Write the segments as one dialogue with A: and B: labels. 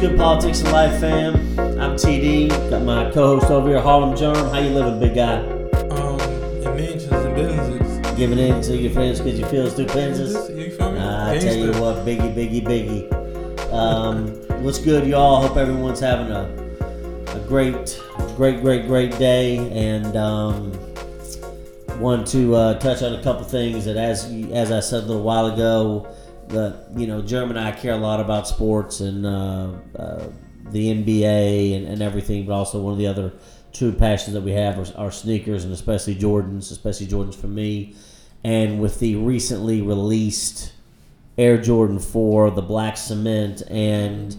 A: good politics and life, fam? I'm TD. Got my co-host over here, Harlem Germ. How you living, big guy?
B: um, inventions and businesses.
A: Giving in to your friends because you feel through
B: This-
A: fences?
B: You feel me?
A: Nah, I tell you
B: Gangsta.
A: what, biggie, biggie, biggie. Um, what's good, y'all? Hope everyone's having a a great, great, great, great day, and um, want to uh, touch on a couple things that, as you- as I said a little while ago, the you know Germ and I care a lot about sports and uh, uh, the NBA and, and everything, but also one of the other true passions that we have are, are sneakers and especially Jordans, especially Jordans for me. And with the recently released Air Jordan 4, the black cement, and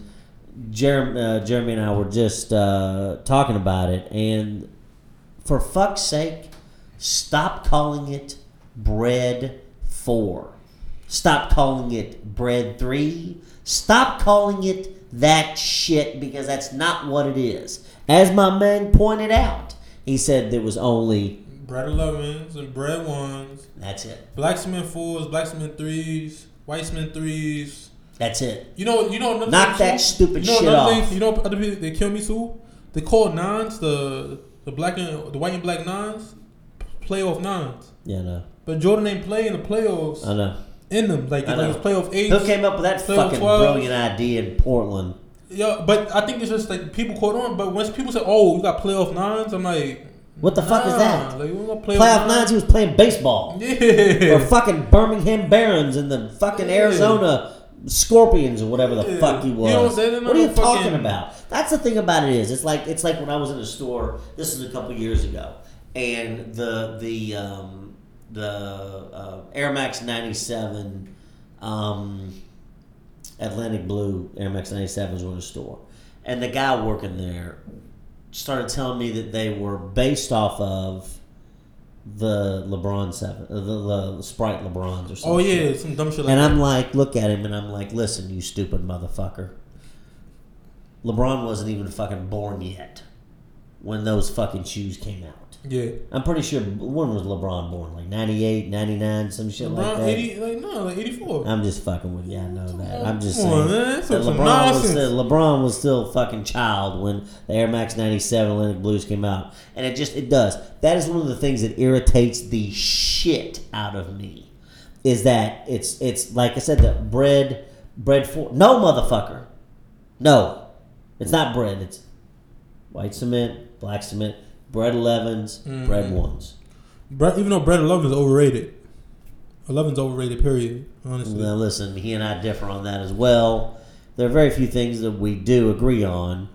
A: Jeremy, uh, Jeremy and I were just uh, talking about it. And for fuck's sake, stop calling it Bread 4. Stop calling it Bread 3. Stop calling it that shit because that's not what it is. As my man pointed out, he said there was only.
B: Bread elevens and bread ones.
A: That's it.
B: Black cement fours, black cement threes, white cement threes.
A: That's it.
B: You know, you know. another
A: Knock
B: thing,
A: that
B: too?
A: stupid
B: you know
A: shit
B: another
A: off.
B: Thing, you know, other people they kill me too. They call nines the the black and the white and black nines, playoff nines.
A: Yeah, no.
B: But Jordan ain't playing the playoffs
A: I know.
B: in them. Like,
A: I
B: like it's playoff eight.
A: Who came up with that
B: Phil
A: fucking
B: Twelve.
A: brilliant idea in Portland?
B: Yeah, but I think it's just like people caught on. But once people say, "Oh, you got playoff nines, I'm like,
A: What the fuck is
B: nah,
A: that?
B: Like, you want playoff,
A: Playoff
B: nines?
A: nines, he was playing baseball.
B: Yeah.
A: Or fucking Birmingham Barons and the fucking
B: Yeah.
A: Arizona Scorpions or whatever the
B: Yeah.
A: fuck he
B: You
A: was.
B: know what I'm saying? They're
A: what
B: not
A: are you
B: no
A: talking
B: fucking-
A: about? That's the thing about it is it's like it's like when I was in the store. This is a couple years ago, and the the um, the uh, Air Max ninety seven. Um, Atlantic Blue Air Max 97s were in the store. And the guy working there started telling me that they were based off of the LeBron 7, uh, the, the Sprite LeBrons or something.
B: Oh yeah, some dumb shit like
A: And
B: that.
A: I'm like, look at him and I'm like, listen, you stupid motherfucker. LeBron wasn't even fucking born yet when those fucking shoes came out.
B: Yeah.
A: I'm pretty sure when was LeBron born? Like 98, 99, some shit like
B: LeBron
A: that.
B: eighty like no, like eighty four.
A: I'm just fucking with you. I know that. I'm just
B: Come on,
A: saying.
B: man. That's
A: that
B: some
A: LeBron was
B: nonsense.
A: still, LeBron was still a fucking child when the Air Max 97 Atlantic Blues came out. And it just, it does. That is one of the things that irritates the shit out of me. Is that it's, it's like I said, that bread, bread for, no motherfucker. No. It's not bread. It's white cement, black cement, bread 11s, bread
B: Mm-hmm.
A: 1s.
B: Bre- even though bread eleven is overrated. Eleven's overrated, period, honestly.
A: Now, listen, he and I differ on that as well. There are very few things that we do agree on,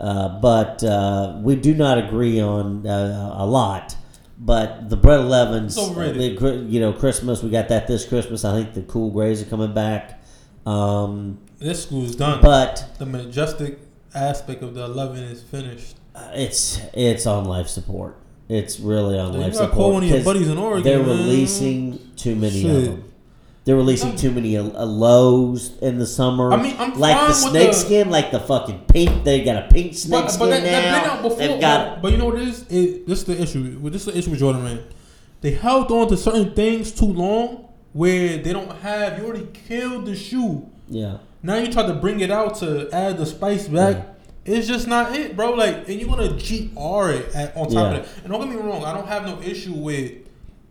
A: uh, but uh, we do not agree on uh, a lot. But the bread elevens,
B: It's overrated.
A: uh, the- you know, Christmas we got that this Christmas. I think the cool grays are coming back. Um,
B: This school's done.
A: but
B: the majestic aspect of the eleven is finished.
A: uh, it's it's on life support. It's really on
B: Dude, you
A: life
B: gotta
A: support.
B: call one of your
A: 'cause
B: buddies in Oregon.
A: They're
B: man.
A: releasing too many of
B: Shit.
A: them. They're releasing too many uh, uh, lows in the summer.
B: I mean, I'm
A: like the
B: fine with
A: snake
B: the-
A: skin, like the fucking pink. They got a pink snake
B: But, but
A: skin
B: that, that been
A: now.
B: out before. oh.
A: They've got
B: but, but you know what it is? It, this is the issue. Well, This is the issue with Jordan Man. They held on to certain things too long where they don't have. You already killed the shoe.
A: yeah.
B: Now you try to bring it out to add the spice back. It's just not it, bro. Like, and you're gonna GR it at, on top
A: Yeah.
B: of that. And don't get me wrong, I don't have no issue with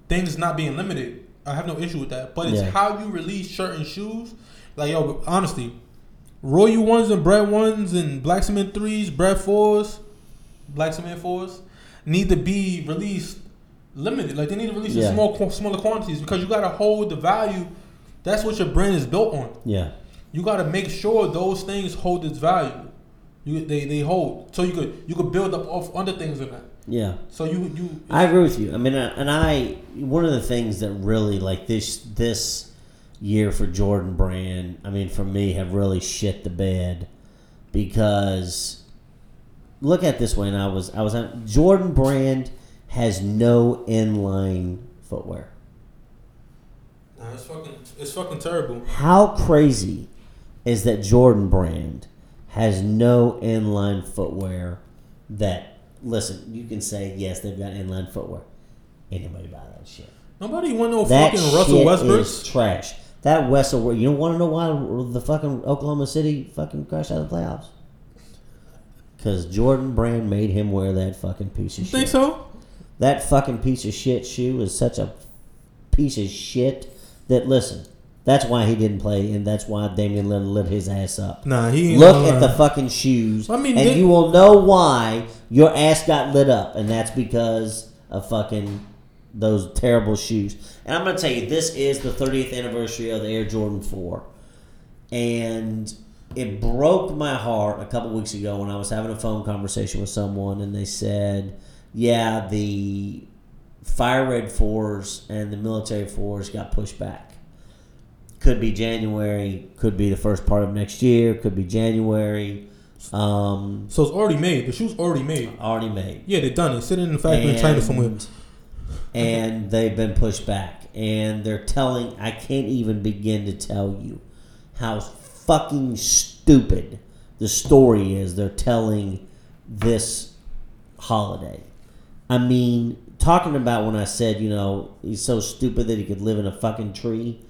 B: things not being limited. I have no issue with that. But it's
A: Yeah.
B: how you release certain shoes. Like, yo, but honestly, Royal ones and bread ones and black cement threes, bread fours, black cement fours need to be released limited. Like they need to release
A: Yeah.
B: in small, qu- smaller quantities because you gotta hold the value. That's what your brand is built on
A: Yeah,
B: you got to make sure those things hold its value. You they, they hold so you could you could build up off other things in that.
A: yeah.
B: So you you
A: I agree with you. I mean, uh, and I one of the things that really like this this year for Jordan Brand, I mean, for me, have really shit the bed because look at it this way. And I was I was on Jordan Brand has no inline footwear.
B: Nah, it's fucking it's fucking terrible.
A: How crazy is that Jordan brand has no inline footwear that listen, you can say yes, they've got inline footwear. Anybody buy that shit.
B: Nobody want no
A: That
B: fucking Russell
A: shit
B: Westbrook.
A: is trash. That Westbrook, you don't want to know why the fucking Oklahoma City fucking crashed out of the playoffs. Because Jordan Brand made him wear that fucking piece of
B: You
A: shit.
B: think so?
A: That fucking piece of shit shoe is such a piece of shit that, listen, that's why he didn't play, and that's why Damian Lillard lit his ass up.
B: Nah, he ain't
A: Look
B: gonna
A: at the
B: lie.
A: fucking shoes,
B: I mean,
A: and
B: they-
A: you will know why your ass got lit up, and that's because of fucking those terrible shoes. And I'm gonna tell you, this is the 30th anniversary of the Air Jordan 4, and it broke my heart a couple weeks ago when I was having a phone conversation with someone, and they said, "Yeah, the fire red fours and the military fours got pushed back." could be January, could be the first part of next year, could be January. Um,
B: So it's already made. The shoe's already made.
A: already made.
B: Yeah, they done it. Sitting in the factory in China somewhere.
A: And- And they've been pushed back. And they're telling, I can't even begin to tell you how fucking stupid the story is they're telling this holiday. I mean, talking about when I said, you know, he's so stupid that he could live in a fucking tree.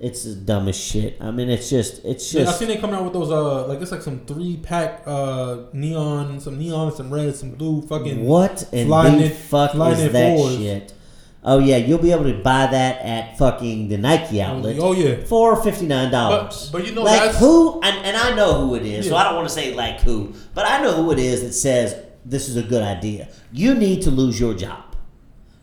A: It's the dumbest shit. I mean, it's just, it's
B: Yeah, I
A: just.
B: seen they coming out with those uh like it's like some three pack uh neon, some neon, some red, some blue, fucking
A: What in
B: flying
A: the
B: it-
A: fuck
B: flying
A: is
B: it
A: that
B: forward.
A: shit? Oh yeah, you'll be able to buy that at fucking the Nike outlet
B: Oh yeah.
A: for fifty nine
C: But,
A: dollars.
C: but you know
A: like
C: that's
A: who? And, and I know who it is, so
B: Yeah.
A: I don't want to say like who, but I know who it is that says this is a good idea. You need to lose your job.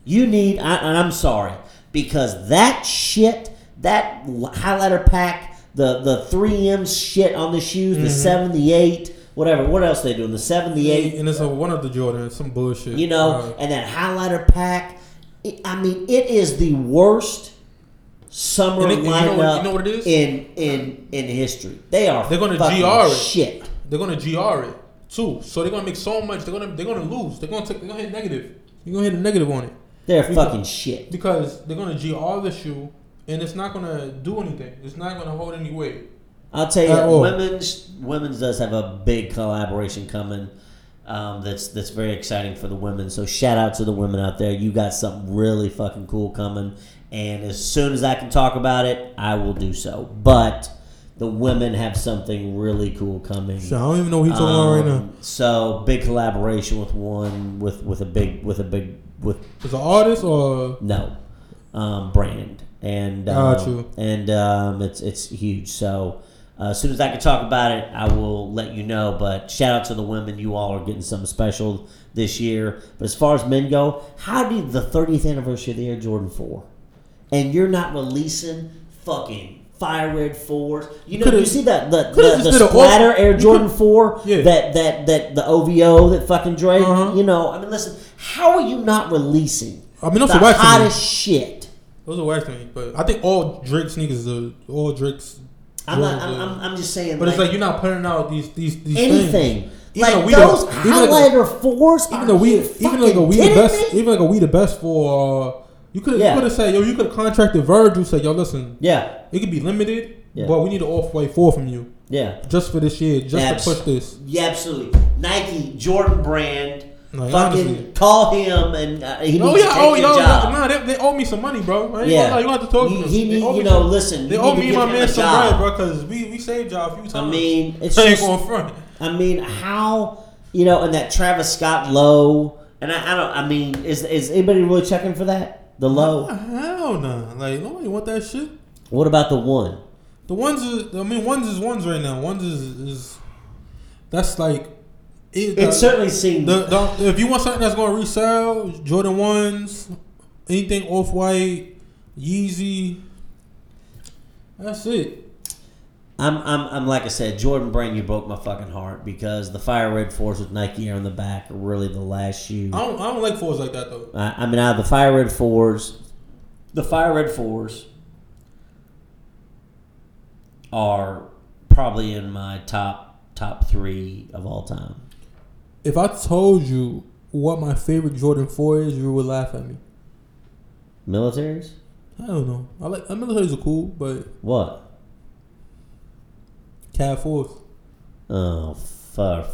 A: You need, I, and I'm sorry because that shit, that l- highlighter pack, the the three M shit on the shoes,
B: Mm-hmm.
A: the seven, the eight, whatever. What else they doing? The seven, the eight.
B: And it's a, one of the Jordans, some bullshit.
A: You know,
B: Uh,
A: and that highlighter pack. It, I mean, it is the worst summer
B: And it- and you know
A: lineup
B: what- you know what it is?
A: in in in history. They are
B: They're gonna
A: fucking
B: GR it.
A: shit.
B: they're gonna gr it too. So they're gonna make so much. They're gonna they're gonna lose. They're gonna take. They're gonna hit negative. You're gonna hit a negative on it
A: They're
B: Because-
A: fucking shit.
B: because they're gonna gr the shoe, and it's not gonna do anything. It's not gonna hold any weight.
A: I'll tell
B: At
A: you,
B: all.
A: women's women's does have a big collaboration coming. Um, that's that's very exciting for the women. So shout out to the women out there. You got something really fucking cool coming, and as soon as I can talk about it, I will do so. But the women have something really cool coming.
B: I don't even know what he's talking about right now.
A: Um, So big collaboration with one with with a big with a big with
B: Is an artist or
A: no um, brand and uh,
B: Got you.
A: and um, it's it's huge. So uh, as soon as I can talk about it, I will let you know. But shout out to the women, you all are getting something special this year. But as far as men go, how did the 30th anniversary of the Air Jordan Four, and you're not releasing fucking. Fire Red Fours, you know,
B: Coulda-
A: you see that the,
B: coulda
A: the,
B: just
A: the
B: did a
A: splatter
B: off-
A: Air
B: you
A: Jordan Four,
B: Yeah.
A: that that that the OVO that fucking Drake,
B: Uh-huh.
A: you know. I mean, listen, how are you not releasing
B: I mean, those
A: the
B: are wax to me.
A: hottest shit.
B: those are wax to me. But I think all Drake sneakers are all Drake's.
A: I'm not.
B: Jordans
A: I'm,
B: are-
A: I'm, I'm just saying.
B: But
A: like,
B: it's like you're not putting out these these these
A: anything.
B: Things. Even
A: Like
B: though we
A: those
B: don't- even though-
A: highlighter fours.
B: Even though we, even like a we the best, even like a we the best for. Uh, you could
A: Yeah.
B: you could have said yo, you could have contracted Virgil. Said yo, listen,
A: yeah,
B: it could be limited,
A: Yeah.
B: but we need an off white four from you
A: yeah,
B: just for this year, just
A: Abs-
B: to push this.
A: yeah, absolutely. Nike Jordan Brand.
B: Like,
A: fucking
B: honestly.
A: call him and uh, he needs
B: Oh
A: to
B: yeah,
A: take
B: oh
A: oh,
B: yo,
A: your job.
B: nah, they, they owe me some money, bro. I ain't
A: yeah,
B: gonna lie, you don't have to talk
A: You-
B: to them.
A: he
B: They
A: need,
B: owe
A: you
B: me
A: know,
B: some-
A: listen.
B: they
A: you
B: owe
A: need to
B: me
A: give
B: my
A: him a
B: man some
A: job.
B: bread, bro, because we we saved y'all a few times.
A: I mean, it's
B: I ain't
A: just
B: going front.
A: I mean, how you know, and that Travis Scott low, and I, I don't. I mean, is is anybody really checking for that? The low.
B: Hell nah, like nobody want that shit.
A: What about the one?
B: The ones is, I mean, ones is ones right now. Ones is, is that's like it,
A: It certainly seemed.
B: the, the, if you want something that's gonna resell, Jordan ones, anything off white, Yeezy. That's it.
A: I'm, I'm, I'm like I said, Jordan Brand, you broke my fucking heart because the fire red fours with Nike Air on the back are really the last shoe.
B: I don't, I don't like fours like that though.
A: I, I mean, out of the fire red fours, the fire red fours are probably in my top top three of all time.
B: If I told you what my favorite Jordan four is, you would laugh at me.
A: Militaries?
B: I don't know. I like I mean, those are cool, but
A: What?
B: Cat fours.
A: Oh, furf.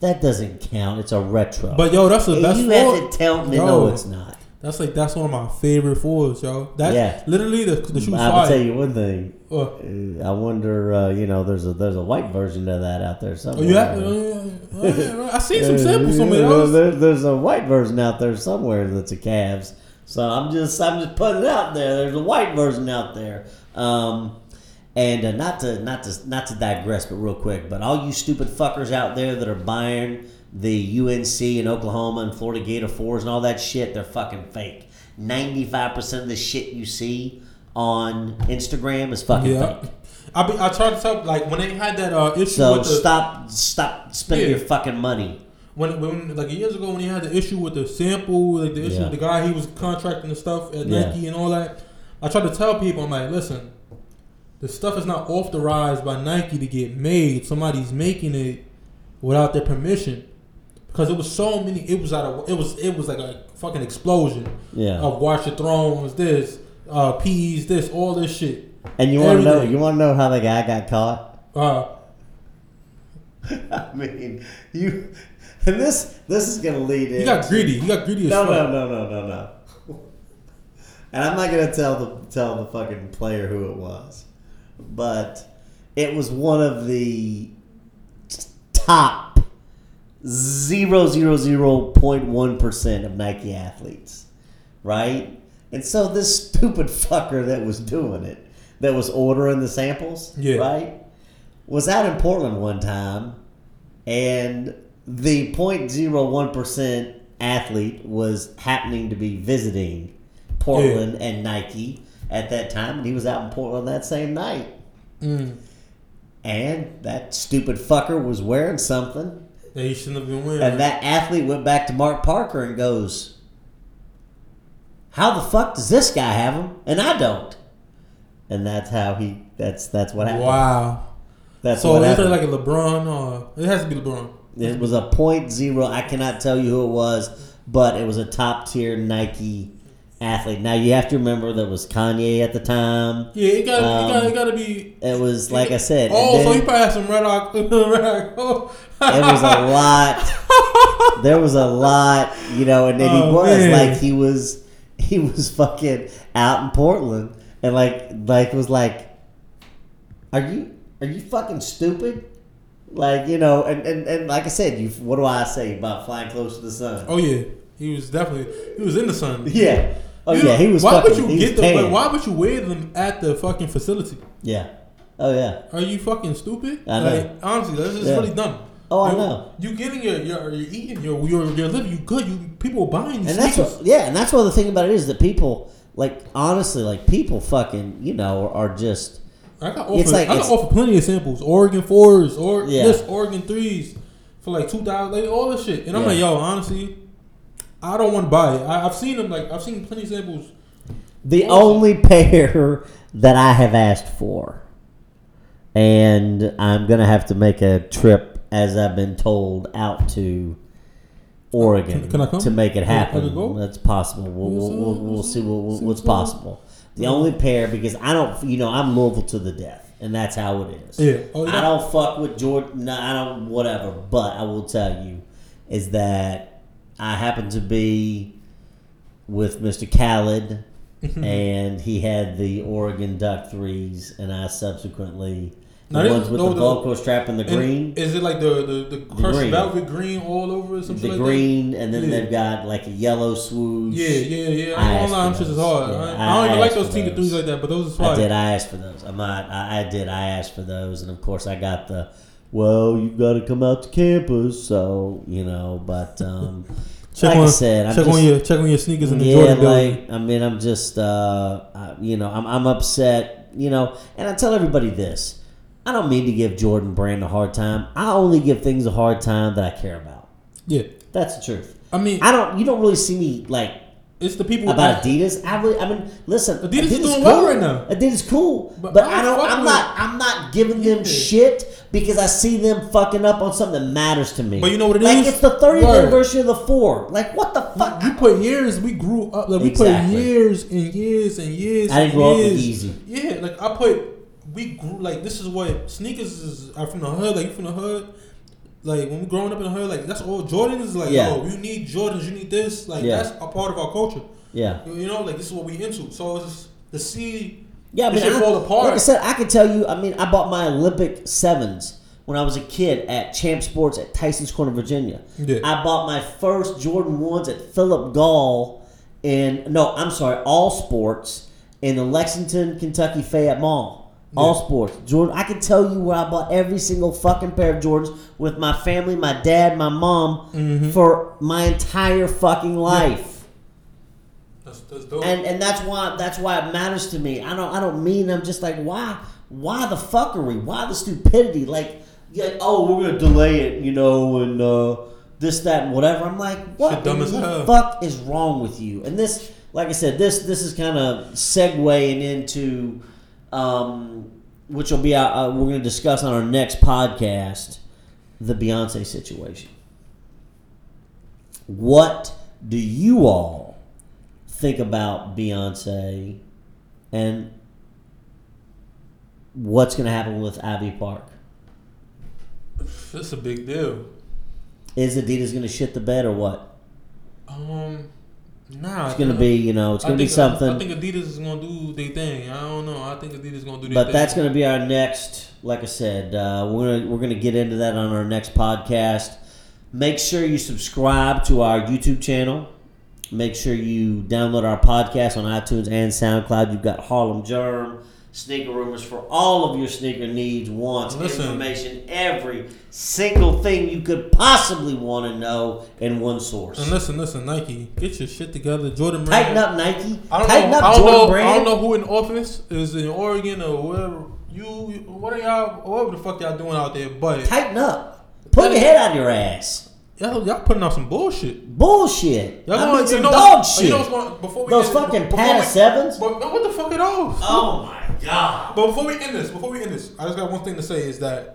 A: That doesn't count. It's a retro.
B: But yo, that's the
A: And
B: best.
A: you
B: four.
A: have to tell me.
B: Yo,
A: No, it's not.
B: That's like that's one of my favorite fours, yo. That's
A: Yeah.
B: literally the the shoe's
A: I will
B: fire.
A: tell you one thing.
B: Uh,
A: Uh, I wonder, uh, you know, there's a there's a white version of that out there
B: oh,
A: somewhere.
B: you have, uh, uh, yeah, I seen some
A: Yeah,
B: samples somewhere
A: yeah,
B: else.
A: there- there's a white version out there somewhere that's a Cavs. So I'm just I'm just putting it out there. There's a white version out there. Um, and uh, not to not to not to digress, but real quick. But all you stupid fuckers out there that are buying the UNC and Oklahoma and Florida Gator fours and all that shit, they're fucking fake. Ninety five percent of the shit you see on Instagram is fucking
B: Yeah,
A: fake.
B: I be, I tried to tell like when they had that uh, issue
A: So
B: with the
A: stop stop spending
B: Yeah.
A: your fucking money.
B: when, when like years ago when he had the issue with the sample, like the issue
A: Yeah.
B: with the guy he was contracting the stuff at
A: Yeah.
B: Nike and all that. I tried to tell people, I'm like, listen, the stuff is not authorized by Nike to get made. Somebody's making it without their permission. Because it was so many, it was out of, it was, it was like a fucking explosion
A: Yeah.
B: of Watch of Thrones, this, uh, peas, this, all this shit.
A: And you want to know?
B: Everything.
A: You want to know how the guy got caught?
B: Uh,
A: I mean, you. And this this is gonna lead in.
B: he got greedy. He got greedy as
A: no,
B: fuck.
A: no, no, no, no, no. And I'm not gonna tell the tell the fucking player who it was, but it was one of the top zero zero zero point one percent of Nike athletes, right? And so this stupid fucker that was doing it, that was ordering the samples,
B: Yeah.
A: right, was out in Portland one time, and the 0.01 percent athlete was happening to be visiting Portland and Nike at that time, and he was out in Portland that same night.
B: Mm.
A: And that stupid fucker was wearing something
B: Yeah, he shouldn't have been winning.
A: and that athlete went back to Mark Parker and goes, "How the fuck does this guy have him and I don't?" And that's how he. That's that's what happened.
B: wow.
A: That's
B: So
A: what
B: it's
A: happened.
B: like a LeBron or it has to be LeBron.
A: it was a point zero. I cannot tell you who it was, but it was a top tier Nike athlete. Now you have to remember there was Kanye at the time.
B: Yeah, it got
A: Um,
B: it got it got to be.
A: It was like I said. and
B: Oh, so
A: then-
B: he probably had some red eye. red eye. Oh.
A: it was a lot. There was a lot, you know, and then he
B: Oh,
A: was
B: man.
A: like he was he was fucking out in Portland and like like was like Are you are you fucking stupid? Like, you know, and, and, and like I said, you what do I say about flying close to the sun?
B: oh yeah, he was definitely he was in the sun.
A: Yeah. Oh
B: You
A: yeah,
B: know,
A: he was
B: Why
A: fucking
B: would you
A: he
B: get
A: was
B: them?
A: tan.
B: Like, why would you wear them at the fucking facility?
A: Yeah. Oh yeah.
B: Are you fucking stupid?
A: I know.
B: Like honestly, that's just
A: Yeah.
B: really dumb.
A: Oh, I
B: You-
A: know.
B: You getting your your you're eating your your your living. You good. You people are buying these
A: And that's
B: sneakers.
A: what, yeah, and that's what the thing about it is that people like honestly, like people fucking, you know, are just
B: I got
A: It's
B: offered.
A: like-
B: I got
A: it's-
B: offered plenty of samples. Oregon fours, or
A: Yeah.
B: this Oregon threes for like two thousand, like all this shit. And I'm
A: Yeah.
B: like, yo, honestly, I don't want to buy it. I, I've seen them. Like I've seen plenty of samples.
A: The
B: Awesome.
A: only pair that I have asked for, and I'm gonna have to make a trip, as I've been told, out to Oregon
B: Can- can I come?
A: to make it
B: Can I-
A: happen.
B: can I go?
A: That's possible. We'll, we'll,
B: Who's, uh,
A: we'll, we'll
B: who's,
A: see what, what-
B: who's
A: what's
B: going?
A: possible. The only pair because I don't, you know, I'm Louisville to the death, and that's how it is.
B: Yeah. Oh, yeah.
A: I don't fuck with Jordan. No, I don't. Whatever. But I will tell you, is that I happen to be with Mr. Khaled,
B: Mm-hmm.
A: and he had the Oregon Duck threes, and I subsequently the
B: Now, this-
A: ones with
B: no,
A: the
B: the-
A: Velcro strap and the
B: And
A: green,
B: Is it like the the, the crushed
A: green.
B: velvet green all over or something
A: the
B: like
A: green, and then
B: Yeah.
A: they've got like a yellow swoosh.
B: that? Yeah, yeah, yeah.
A: I
B: I ain't
A: asked
B: gonna lie, I'm
A: for
B: just as
A: those.
B: hard.
A: Yeah,
B: I,
A: I-
B: I don't even
A: I
B: like
A: asked
B: those
A: for
B: sneaker
A: those.
B: threes like that, but those is
A: I
B: fire.
A: did. I asked for those. I'm not. I, I did. I asked for those, and of course, I got the. Well, you've got to come out to campus, so you know. But um,
B: Check
A: like
B: on,
A: I said, I'm
B: check
A: just,
B: on your check on your sneakers in the
A: yeah,
B: Jordan building.
A: like I mean, I'm just uh, I, you know, I'm I'm upset, you know, and I tell everybody this. I don't mean to give Jordan Brand a hard time. I only give things a hard time that I care about.
B: Yeah,
A: That's the truth.
B: I mean,
A: I don't. You don't really see me like
B: it's the people
A: about
B: that-
A: Adidas. I really, I mean, listen,
B: Adidas is doing well
A: cool.
B: right now.
A: Adidas cool, but,
B: But
A: I
B: I
A: don't.
B: fuck
A: I'm
B: with-
A: not. I'm not giving them
B: Yeah.
A: shit because I see them fucking up on something that matters to me.
B: But you know what
A: it
B: it
A: is? like
B: is?
A: it's the 30th
B: Word.
A: anniversary of the four. Like what the fuck?
B: You put years. We grew up. Like we
A: Exactly.
B: put years and years and years.
A: I didn't
B: and
A: grow up with
B: years.
A: Yeezy.
B: Yeah, like I put. We grew like this is what sneakers is. I'm from the hood. Like you from the hood. Like when we growing up in the hood, like that's all Jordans. Like
A: Yeah.
B: oh, you need Jordans. You need this. Like
A: Yeah.
B: that's a part of our culture.
A: Yeah.
B: You you know, like this is what we into. So it's just to see
A: Yeah, I
B: this
A: mean,
B: shit
A: I-
B: fall apart.
A: like I said, I can tell you. I mean, I bought my Olympic sevens when I was a kid at Champ Sports at Tyson's Corner, Virginia.
B: Yeah.
A: I bought my first Jordan ones at Philip Gall in no, I'm sorry, All Sports in the Lexington, Kentucky Fayette Mall. All Sports Jordan. I can tell you where I bought every single fucking pair of Jordans with my family, my dad, my mom
B: Mm-hmm.
A: for my entire fucking life
B: that's, that's dope.
A: and and that's why that's why it matters to me. I don't I don't mean I'm just like why why the fuckery why the stupidity like yeah oh we're gonna delay it you know and uh, this that and whatever. I'm like what
B: Shit dumb as
A: the
B: hell.
A: fuck is wrong with you? And this like I said this this is kind of segueing into um, which will be our, uh, we're gonna discuss on our next podcast the Beyonce situation. What do you all think about Beyonce and what's going to happen with Ivy Park?
B: that's a big deal.
A: Is Adidas going to shit the bed or what?
B: Um, nah,
A: It's going to be, you know, it's going to be
B: I,
A: something.
B: think Adidas is gonna do their thing. I don't know. I think Adidas is gonna do their
A: But
B: thing.
A: that's going to be our next, like I said, uh, we're going to we're gonna get into that on our next podcast. Make sure you subscribe to our YouTube channel. Make sure you download our podcast on iTunes and SoundCloud. You've got Harlem Germ, Sneaker Rumors for all of your sneaker needs, wants,
B: Listen.
A: information, every single thing you could possibly want to know in one source.
B: And listen, listen, Nike, get your shit together. Jordan Brand.
A: Tighten up, Nike.
B: I don't
A: Tighten
B: know.
A: up,
B: I don't
A: Jordan
B: know.
A: Brand.
B: I don't know who in office is in Oregon or wherever. You, you- what are y'all? Whatever the fuck y'all doing out there? But
A: Tighten up. Pull your head out of your ass.
B: y'all, y'all putting out some bullshit.
A: Bullshit. I
B: Y'all gonna-
A: mean, some
B: you know
A: dog
B: what's-
A: shit.
B: You know what's going, before we
A: Those
B: end-
A: fucking
B: before
A: Pata
B: we-
A: Sevens?
B: But no, what the fuck are those?
A: oh my god.
B: But before we end this, before we end this, I just got one thing to say is that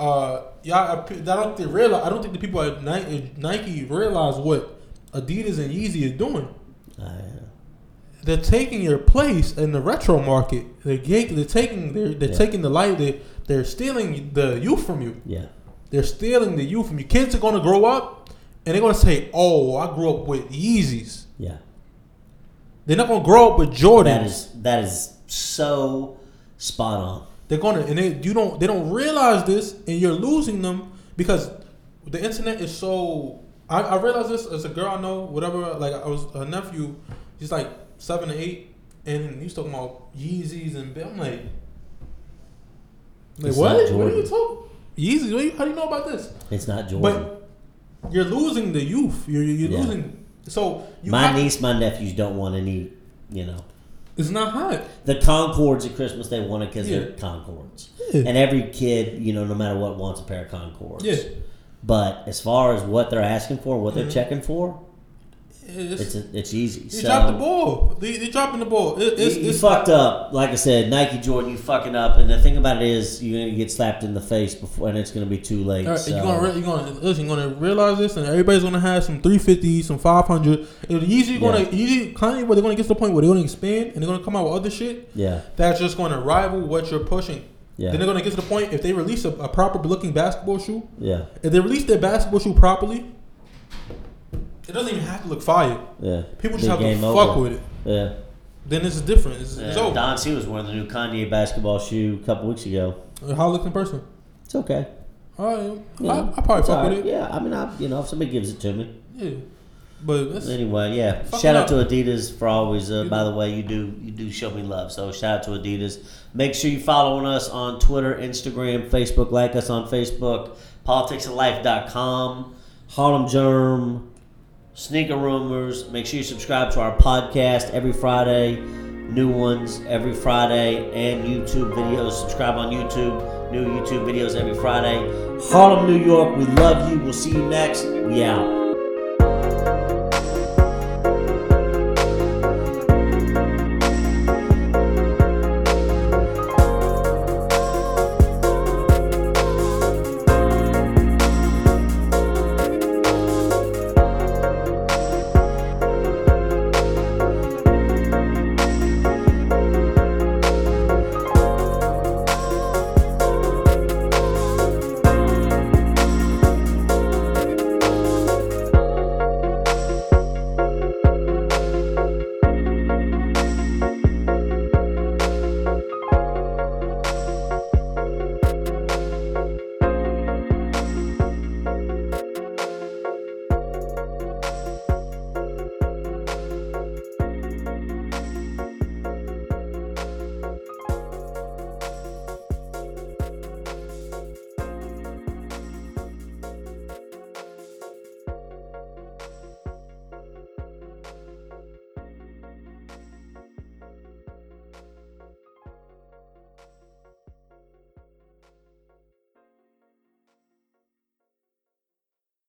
B: uh, y'all, appe- I don't think realize, I don't think the people at Nike, Nike realize what Adidas and Yeezy is doing.
A: Uh,
B: They're taking your place in the retro market. They're ga- they're taking they're, they're
A: Yeah.
B: taking the light. They they're stealing the youth from you.
A: yeah.
B: They're stealing the youth from you. Kids are gonna grow up and they're gonna say, "Oh, I grew up with Yeezys."
A: Yeah.
B: They're not gonna grow up with Jordans.
A: That is that is so spot on.
B: They're gonna and they you don't they don't realize this and you're losing them because the internet is so I, I realized this as a girl I know, whatever, like I was a nephew, he's like seven or eight, and he was talking about Yeezys and I'm like Like
A: It's
B: what?
A: not
B: What are you
A: Jordan.
B: talking? Yeezys, what do you, how do you know about this?
A: It's not Jordan.
B: But you're losing the youth. You're you're
A: Yeah.
B: losing so you
A: my
B: have-
A: niece, my nephews don't want any. You know,
B: it's not hot.
A: the Concords at Christmas they want it because they're
B: Yeah.
A: Concords,
B: Yeah.
A: and every kid, you know, no matter what, wants a pair of Concords.
B: Yeah. Mm-hmm.
A: But as far as what they're asking for, what they're checking for,
B: It's,
A: it's it's easy.
B: you
A: so
B: dropped the ball. They, they dropping the ball. It, it's,
A: you, you
B: it's
A: fucked up. Like I said, Nike Jordan, you fucking up. And the thing about it is, you're gonna get slapped in the face before, and it's gonna be too late.
B: All right,
A: so.
B: You're gonna re- you're gonna listen. You're gonna realize this, and everybody's gonna have some 350, some 500. And usually, gonna
A: Yeah.
B: usually Kanye, but they're gonna get to the point where they're gonna expand and they're gonna come out with other shit
A: yeah,
B: that's just gonna rival what you're pushing.
A: Yeah.
B: Then they're gonna get to the point if they release a, a proper looking basketball shoe,
A: yeah,
B: if they release their basketball shoe properly, it doesn't even have to look fire.
A: yeah.
B: People just
A: Big
B: have to
A: game
B: fuck
A: over.
B: with it.
A: Yeah.
B: Then it's different. It's, it's
A: yeah.
B: over.
A: Don C was wearing the new Kanye basketball shoe a couple weeks ago.
B: How it looks in person.
A: It's okay.
B: All right,
A: Yeah.
B: I, I probably
A: It's
B: fuck
A: all
B: with
A: right.
B: it.
A: Yeah, I mean, I, you know, if somebody gives it to me.
B: Yeah, but that's,
A: Anyway, yeah.
B: Fuck
A: shout
B: it
A: out to Adidas for always. Uh,
B: You
A: by the way, you do you do show me love. So shout out to Adidas. Make sure you following us on Twitter, Instagram, Facebook. Like us on Facebook. Politicsandlife.com, Harlem Germ, Sneaker Rumors. Make sure you subscribe to our podcast every Friday. New ones every Friday and YouTube videos. Subscribe on YouTube. New YouTube videos every Friday. Harlem, New York. We love you. We'll see you next. We out.